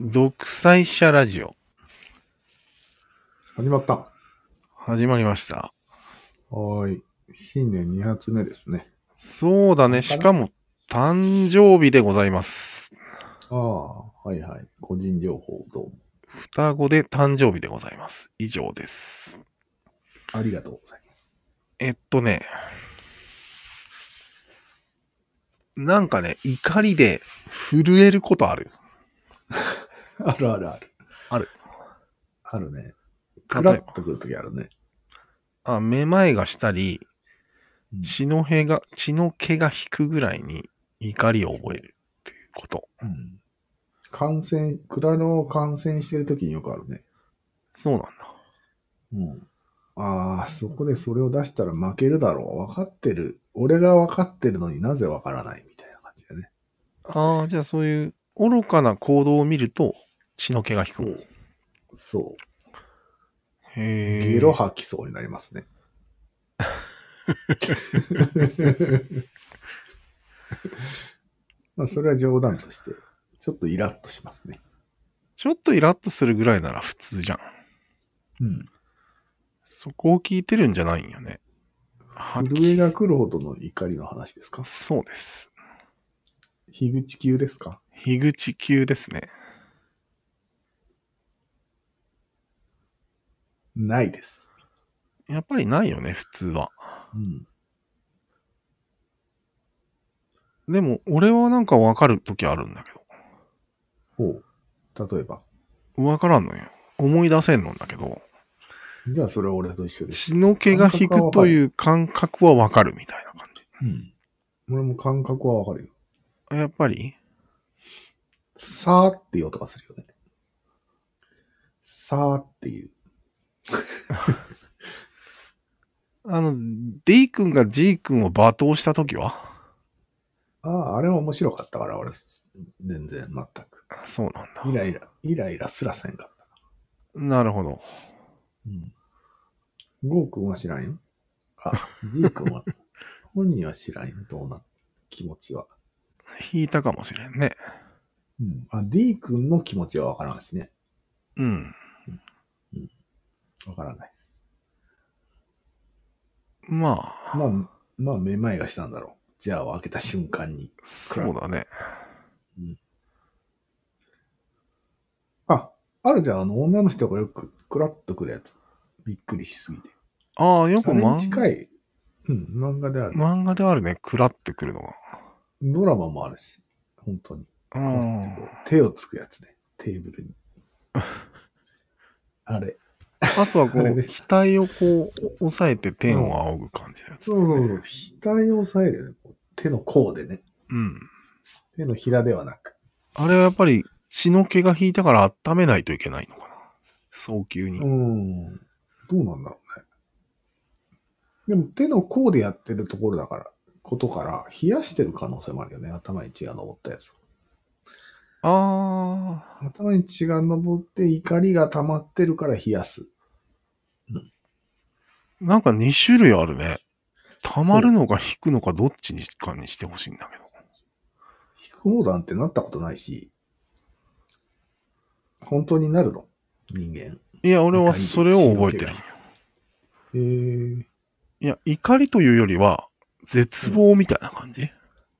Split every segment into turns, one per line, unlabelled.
独裁者ラジオ。
始まった。
始まりました。
はーい。新年2発目ですね。
そうだね。しかも、誕生日でございます。
ああ、はいはい。個人情報どうも。
双子で誕生日でございます。以上です。
ありがとうございます。
えっとね。なんかね、怒りで震えることある。
あるあるある。
ある。
あるね。ク
例
ラ
え
ッとくるときあるね。
ば、あ、めまいがしたり
うん、
血の毛が、血の毛が引くぐらいに怒りを覚えるっていうこと。
うん。感染、蔵の感染してるときによくあるね。
そうなんだ。
うん。ああ、そこでそれを出したら負けるだろう。分かってる。俺が分かってるのになぜ分からないみたいな感じだね。
ああ、じゃあそういう愚かな行動を見ると血の気が引く。
う。そう。
へえ。
ゲロ吐きそうになります ね。まあそれは冗談として、ちょっとイラッとしますね。
ちょっとイラッとするぐらいなら普通じゃん。
うん。
そこを聞いてるんじゃないんよね。はっき
震え
り
が来るほどの怒りの話ですか
そうです。
樋口級ですか
樋口級ですね。
ないです。
やっぱりないよね、普通は。
うん。
でも、俺はなんかわかる時あるんだけ
ほう。例えば。
ど。わからんのよ。思い出せんのんだけど、
じゃあそれは俺と一緒です。
血の気が引くという感覚はわかるみたいな感
うん。俺も感覚はわかるよ。
じ。やっぱり
さーっていう音がするよね。さーっていう。
あの、D 君が G 君を罵倒した時は
ああ、あれは面白かったから、俺、全然、全く。
あそうなんだ。
イライラ、イライラすらせんかった。
なるほど。
うん。ゴーくんは知らんよ。 あ、ジーくんは、本人は知らんよ、どうな、気持ちは。
引いたかもしれんね。
うん。あ、D くんの気持ちはわからんしね。
うん。
わからないです。
まあ、
まあ、まあ、めまいがしたんだろう。じゃあ、開けた瞬間に。
そうだね。
あ、あるじゃん、あの、女の人がよく、クラッとくるやつ。びっくりしすぎて。
ああ、よく
あれに
漫
近い、うん、漫画である。
漫画ではあるね。くらってくるのが。
ドラマもあるし、本当に。
うん。
手をつくやつね。テーブ ルに。あれ。
あとはこ
あれ
う、
ね
額をこう、押さえて天を仰ぐ感じのやつ。
そうそうそう。額を押さえるよね。こう手の甲でね。
うん。
手のひらではなく。
あれはやっぱり血の毛が引いたから温めないといけないのかな。早急
う
に。
ん。どうなんだろうね。でも手の甲でやってるところだから、ことから、冷やしてる可能性もあるよね。頭に血が上ったやつ。
ああ、
頭に血が上って怒りが溜まってるから冷やす。
なんか2種類あるね。溜まるのか引くのかどっちにかにしてほしいんだけど。
引く方なんてなったことないし、本当になるの人間。
いや、俺はそれを覚えてる。
えー、
いや、怒りというよりは、絶望みたいな感じ、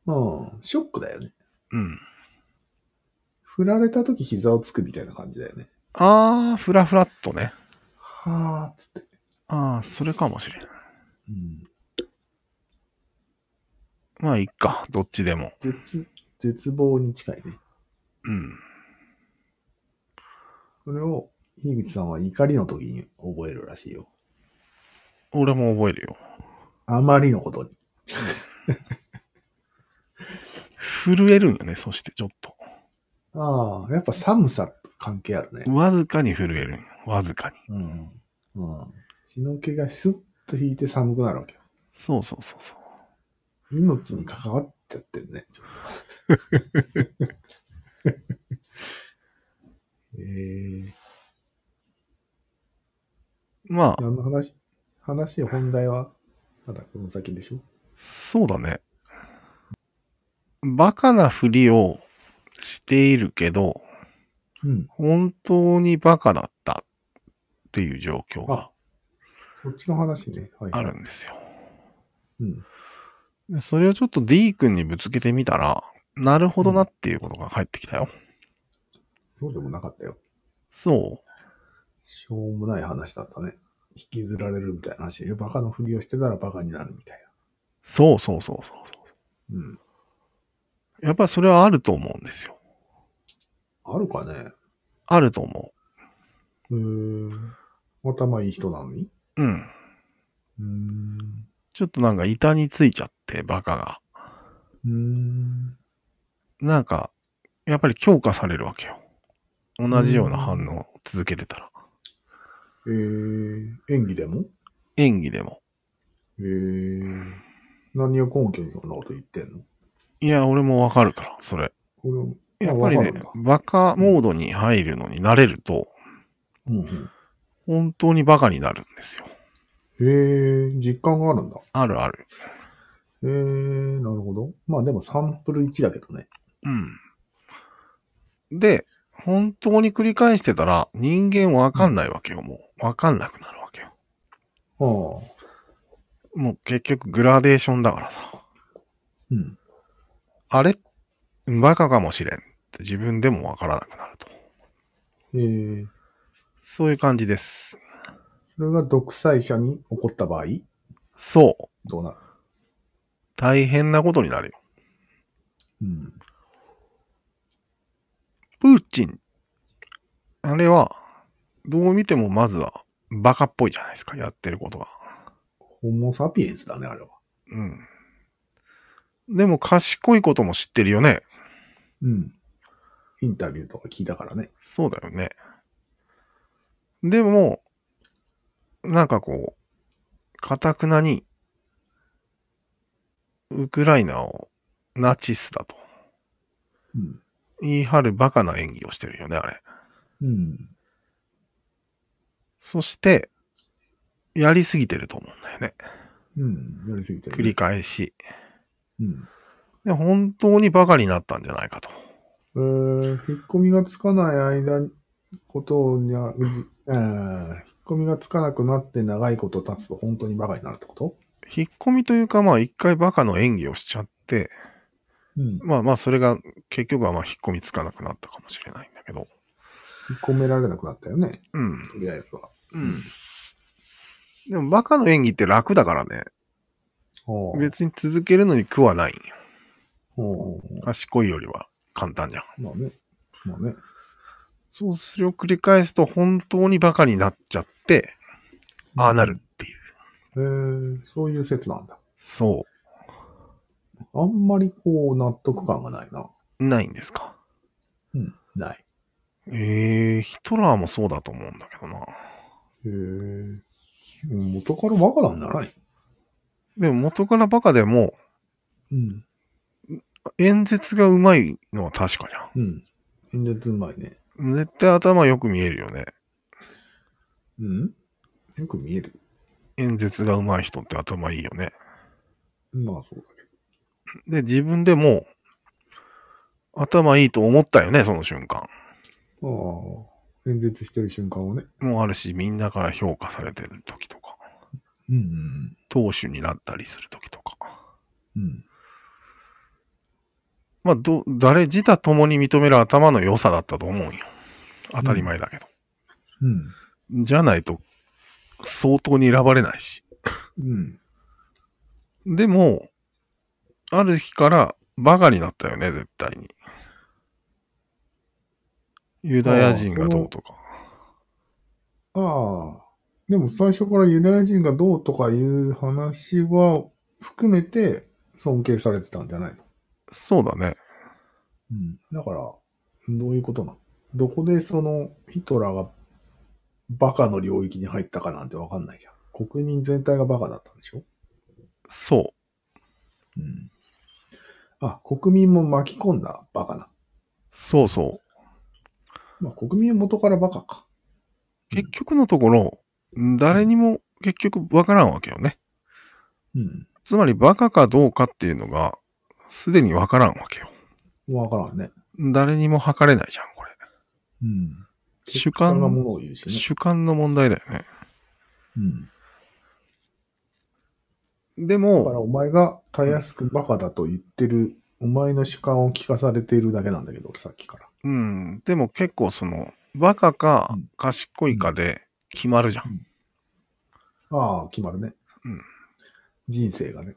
うん、ショックだよね。
うん、
振られた時膝をつくみたいな感じだよね。
あー、ふらふらっとね。
はーっつって。
あー、それかもしれん。
うん、
まあ、いっか。どっちでも。
絶、絶望に近いね。
うん。
それを、樋口さんは怒りの時に覚えるらしいよ。
俺も覚えるよ。
あまりのことに。
震えるんよね、そしてちょっと。
ああ、やっぱ寒さと関係あるね。
わずかに震えるんよ。わずかに。
うん。うん。血の気がスッと引いて寒くなるわけよ。
そうそうそうそう。
命に関わっちゃってるね、ちょっ と。えー、
まあ、
何の話話、本題は、まだこの先でしょ
そうだね。バカなふりをしているけど、
うん。
本当にバカだったっていう状況が
そっちの話ね。はい。
あるんですよ。
うん。
でそれをちょっと D 君にぶつけてみたら、なるほどなっていうことが返ってきたよ。
そうでもなかったよ。
そ。
しょうもない話だったね。引きずられるみたいな話。えバカのふりをしてたらバカになるみたいう
そうそうそうそうそ
な。うん。
う。やっぱりそれはあると思うんですよ。
あるかね
あると思
うーん。頭いい人なのに
う。うん。
うーん。
ちょっとなんか板についちゃって、バカが。
うーん。
なんか、やっぱり強化されるわけよ。同じような反応を続けてたら。
えー、演技でも
演技でも。
えー、何を根拠にそんなこと言ってんの
いや、俺もわかるから、それ。
これ
やっぱりね、バカモードに入るのに慣れると、
うんうん。
本当にバカになるんですよ。
えー、実感があるんだ。
あるある。
えー、なるほど。まあでもサンプル1だけどね。
うん。で、本当に繰り返してたら、人間わかんないわけよ、もう。わかんなくなるわけよ。
ああ。
もう結局グラデーションだからさ。
うん。
あれバカかもしれんって自分でもわからなくなると。
えー、
そういう感じです。
それが独裁者に起こった場合、
そう。
どうなる
大変なことになるよ。
うん。
プーチン。あれは、どう見てもまずは、バカっぽいじゃないですか、やってることが。
ホモサピエンスだね、あれは。
うん。でも、賢いことも知ってるよね。
うん。インタビューとか聞いたからね。
そうだよね。でも、なんかこう、かたくなに、ウクライナをナチスだと
うん。
言い張るバカな演技をしてるよね、あれ。
うん。
そして、やりすぎてると思うんだよね。
うん。やりすぎてる、
繰り返し。
うん。
で、本当にバカになったんじゃないかと。
えー、引っ込みがつかない間に、ことにゃ、うじ、えー、引っ込みがつかなくなって長いこと経つと本当にバカになるってこと
引っ込みというか、まあ一回バカの演技をしちゃって、
うん。引っ
まあまあそれが結局はまあ引っ込みつかなくなったかもしれないんだけど。
込められなくなったよね。
うん。
とりあえずは。
うん。でもバカの演技って楽だからね。
ほう
別に続けるのに苦はないんよ。
ほう
賢いよりは簡単じゃん。
まあね。まあね。
そうそれを繰り返すと本当にバカになっちゃって、ああなるっていう。
えー、そういう説なんだ。
そ
あんまりこう納得感がないな。
う。ないんですか。
うん。ない。
えー、ヒトラーもそうだと思うんだけどな。
へえー。元からバカなんじゃない
でも元からバカでも
うん。
演説がうまいのは確かじゃ
うん。演説うまいね。
ん。絶対頭よく見えるよね。
うんよく見える。
演説がうまい人って頭いいよね。
まあそうだけ
で、自分でも頭いいと思ったよね、その瞬間。
ど。ああ。演説してる瞬間をね。
もうあるし、みんなから評価されてる時とか、
うん
党首になったりする時とか。
うん。うん。
まあ、ど、誰自他共に認める頭の良さだったと思うんよ。当たり前だけど。
うん。
じゃないと、相当に選ばれないし。
うん。
でも、ある日からバカになったよね、絶対に。ユダヤ人がどうとか。
ああ。でも最初からユダヤ人がどうとかいう話は含めて尊敬されてたんじゃないの
そうだね。
うん。だから、どういうことなのどこでそのヒトラーがバカの領域に入ったかなんてわかんないじゃん。国民全体がバカだったんでしょ
そ
うん。あ、国民も巻き込んだバカな。
う。そうそう。
まあ国民は元からバカか。
結局のところ、誰にも結局わからんわけよね。
うん。
つまりバカかどうかっていうのが、すでにわからんわけよ。
わからんね。
誰にも測れないじゃん、これ。
うん。
主
簡単なも
観、
のを言うしね。
主観の問題だよね。
うん。
で
だから
も、
お前がたやすくバカだと言ってる、お前の主観を聞かされているだけなんだけど、俺さっきから。
うん、でも結構その、バカか
うん
賢いかで決まるじゃん。
ああ、決まるね。
うん。
人生がね。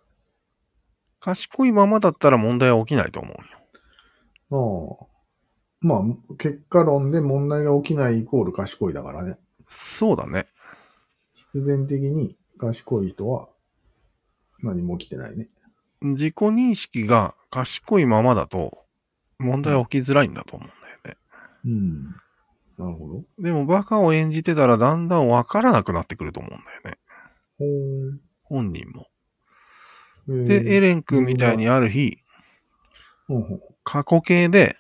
賢いままだったら問題は起きないと思うよ。
ああ。まあ、結果論で問題が起きないイコール賢いだからね。
そうだね。
必然的に賢い人は何も起きてないね。
自己認識が賢いままだと問題は起きづらいんだと思うんだよね。
うん。なるほど。
でもバカを演じてたらだんだんわからなくなってくると思うんだよね。
ほー
本人も。
えー
で、エレン君みたいにある日、
ほうほう
過去形で、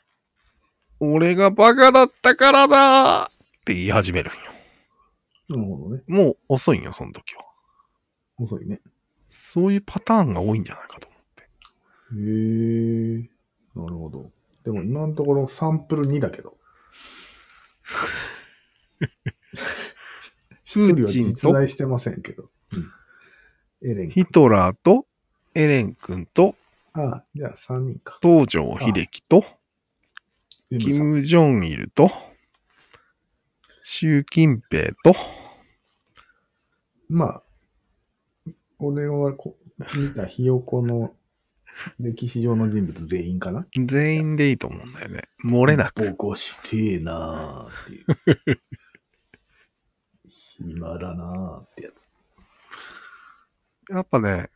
俺がバカだったからだーって言い始めるんよ。
なるほどね。
もう遅いんよ、その時は。
遅いね。
そういうパターンが多いんじゃないかと思って。
へえ。なるほど。でも今のところサンプル2だけ ど。一人は実在してませんけど。うんエレン君
ヒ。トラーと、エレン君と、
ああ、じゃあ3人か。
東条秀樹と、
ユ
キ
ミさん
ム・ジョンイルと、習近平と、
まあ、俺はこ見たひよこの歴史上の人物全員かな
全員でいいと思うんだよね。漏れなく。
起こしてえなーっていう。 暇だなーってやつ。
やっぱね、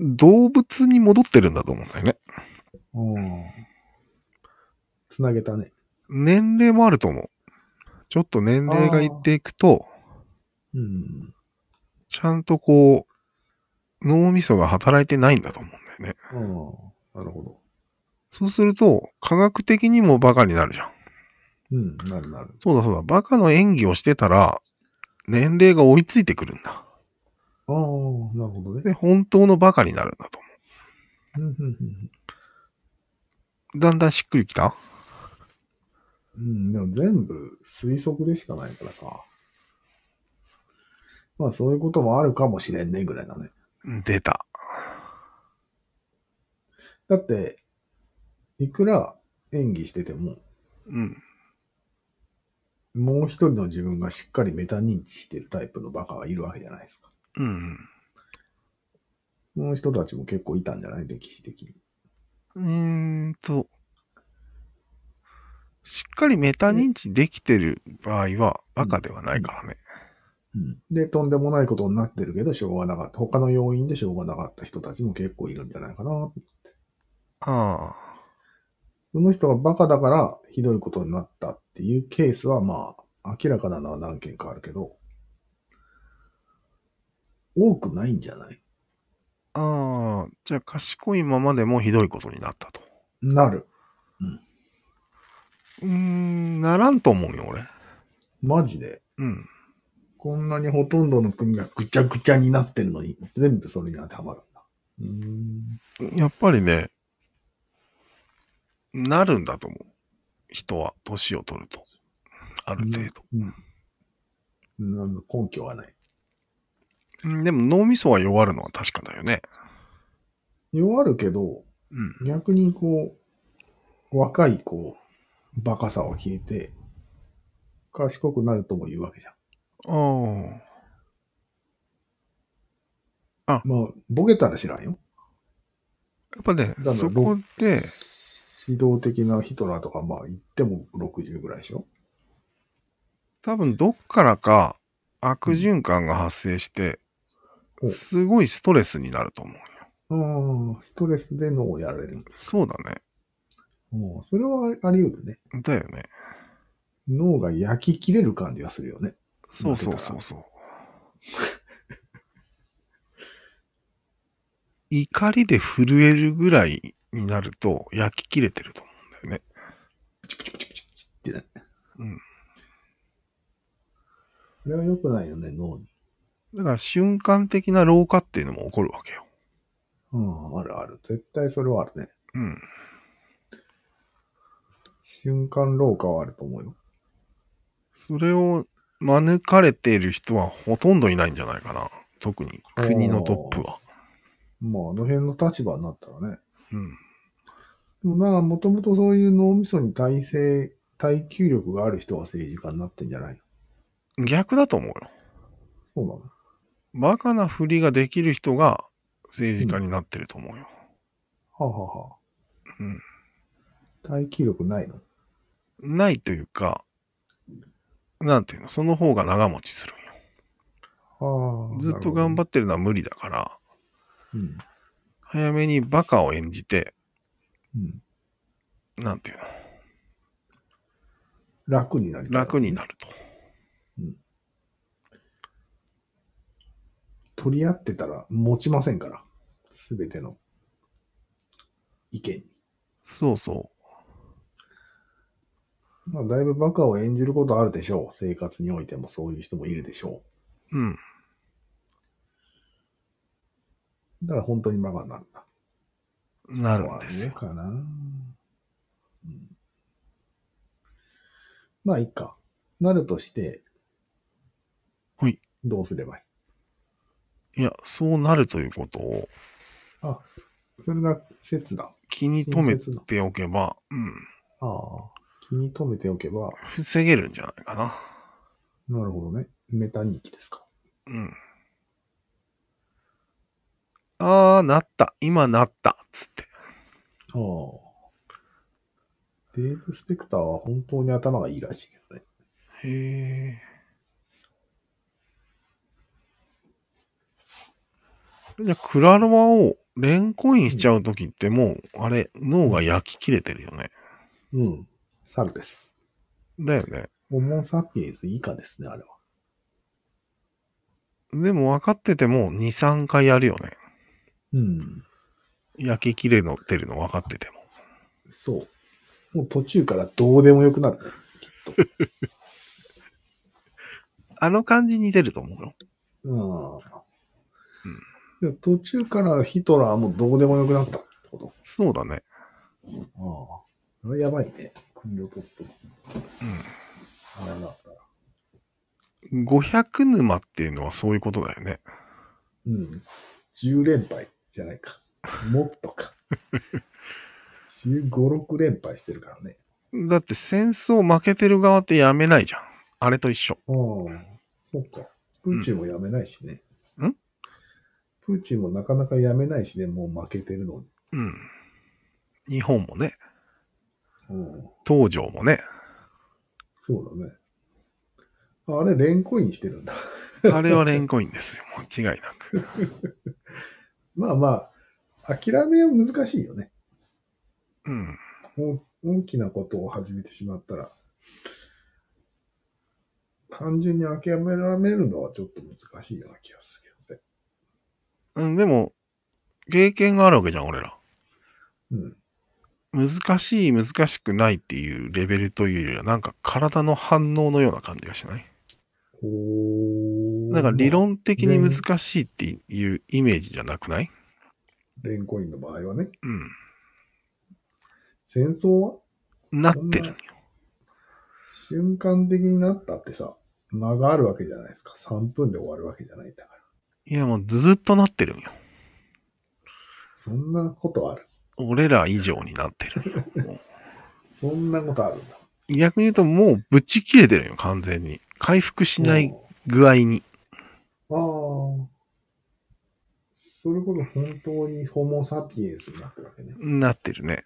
動物に戻ってるんだと思うんだよね。
うん。つなげたね。
年齢もあると思う。ちょっと年齢がいっていくと、
うん。
ちゃんとこう、脳みそが働いてないんだと思うんだよね。
ああ、なるほど。
そうすると、科学的にもバカになるじゃん。
うん、なるなる。
そうだそうだ、バカの演技をしてたら、年齢が追いついてくるんだ。
ああ、なるほどね。
で、本当のバカになるんだと思
うんうんうん
う。だんだんしっくりきた
うん、でも全部推測でしかないからさ。まあそういうこともあるかもしれんねぐらいだね。
出た。
だって、いくら演技してても、
うん。
もう一人の自分がしっかりメタ認知してるタイプのバカはいるわけじゃないですか。
うん。
その人たちも結構いたんじゃない歴史的に。
うーんと、しっかりメタ認知できてる場合は、バカではないからね。
うん、で、とんでもないことになってるけど、しょうがなかった。他の要因でしょうがなかった人たちも結構いるんじゃないかな。
あ
その人がバカだからひどいことになったっていうケースは、まあ、明らかなのは何件かあるけど、多くないんじゃない
あ。ああ。じゃあ、賢いままでもひどいことになったと。
なる。
うーん、ならんと思うよ、俺。
マジで。
うん。
こんなにほとんどの国がぐちゃぐちゃになってるのに、全部それに当てはまるんだ。うーん。
やっぱりね、なるんだと思う。人は、年を取ると。ある程度。
うん。なんか根拠はない。
うん、でも、脳みそは弱るのは確かだよね。
弱るけど、
うん。
逆にこう、若いこう、バカさは消えて、賢くなるとも言うわけじゃん。
ああ。
まあ、ボケたら知らんよ。
やっぱね、
ら
そこで、
指導的なヒトラーとか、まあ言っても60ぐらいでしょ。
多分どっからか悪循環が発生して、
うんお
すごいストレスになると思うよ。
ああ、ストレスで脳をやられるんです。
そうだ
もう、それはあり得るね。
ね。だよね。
脳が焼き切れる感じがするよね。
そうそうそうそう。 怒りで震えるぐらいになると焼き切れてると思うんだよね。
プチプチプチプチプチってね。
うん。
それは良くないよね、脳に。
だから瞬間的な老化っていうのも起こるわけよ。
うん、あるある。絶対それはあるね。
うん。
瞬間老化はあると思うよ。
それを免れている人はほとんどいないんじゃないかな。特に国のトップは。
まあ、あの辺の立場になったらね。
うん。
でもまあ、もともとそういう脳みそに耐性、耐久力がある人が政治家になってんじゃないの
逆だと思うよ。
そうなの
バカなふりができる人が政治家になってると思うよ。
はあ、はあはあ、
うん。
耐久力ないの
ないというか、なんていうの、その方が長持ちするんよ。
ああ。
ずっと頑張
っ
ってるのは無理だから、
て。うん。
早めにバカを演じて、
うん。
なんていうの、
楽になりたい
楽になると。
取り合ってたら持ちませんから。すべての意見に。
そうそ
まあ、だいぶバカを演じることあるでしょう。生活においてもそういう人もいるでしょ
う。うん。
う。だから本当にバカになるんだ。
なるんですよ。
そうなのかな。うんまあ、いいか。なるとして、
はい。
どうすればいい
いや、そうなるということを
それが説だ。
気に留め
新説だ
ておけば、うん。
ああ。気に留めておけば、
防げるんじゃないかな。
なるほどね。メタ日記ですか。
うん。あー、なった。今なった。つって。
ああ。デーブ・スペクターは本当に頭がいいらしいけどね。
へえ。じゃあ、クラロワをレンコインしちゃうときってもう、あれ、脳が焼き切れてるよね。
うん。猿です。
だよね。
ホモン・サピエンス以下ですね、あれは。
でも分かってても2、3回やるよね。
うん。
焼き切れのってるの分かってても。
そう。もう途中からどうでもよくなるね、きっ
あの感じ似てると思うよ。
と。うん。でも途中からヒトラーはもうどうでもよくなったってこと。
そうだね。
ああ。あれやばいね。国を取って。あれだ。
うん。500沼っていうのはそういうことだよね。
うん。10連敗じゃないか。もっとか。15、6連敗してるからね。
だって戦争負けてる側ってやめないじゃん。あれと一緒。
ああ、そうか。プーチンもやめないしね。
うん
プーチンもなかなかやめないしね、もう負けてるのに。
うん。日本もね、
うん、
東条もね、
そうだね。ああれ、レンコインしてるんだ。
あれはレンコインですよ。間違いなく。
まあまあ、諦めは難しいよね。
うん。
お大きなことを始めてしまったら。単純に諦められるのはちょっと難しいような気がするけどね。
うん、でも、経験があるわけじゃん、俺ら。
うん。
難しい、難しくないっていうレベルというよりは、なんか体の反応のような感じがしない
ほー
なんか理。論的に難しいっていうイメージじゃなくない
レンコインの場合はね。
う
戦争は
ん。なってるんよ。
瞬間的になったってさ、間があるわけじゃないですか。3分で終わるわけじゃないんだから。
いや、もうずっとなってるんよ。
そんなことある。
俺ら以上になってるんよ。も
そんなことあるんだ。
う逆に言うと、もうぶち切れてるんよ、完全に。回復しない具合に。
ああ。それこそ本当にホモ・サピエンスになってるわけね。
なってるね。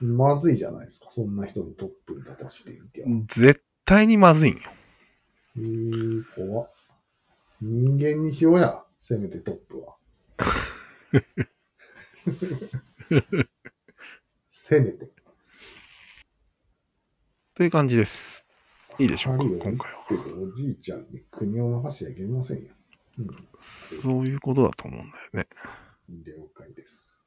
まずいじゃないですか。そんな人にトップに立たせていては。
絶対にまずいんよ。
えー、怖っ人間にしようや。せめてトップは。せめて。
という感じです。いいでしょうか、
神を
今回は。
生きてるおじいちゃんに国を任せちゃいけませんよ。うん
そういうことだと思うんだよね。
了解です。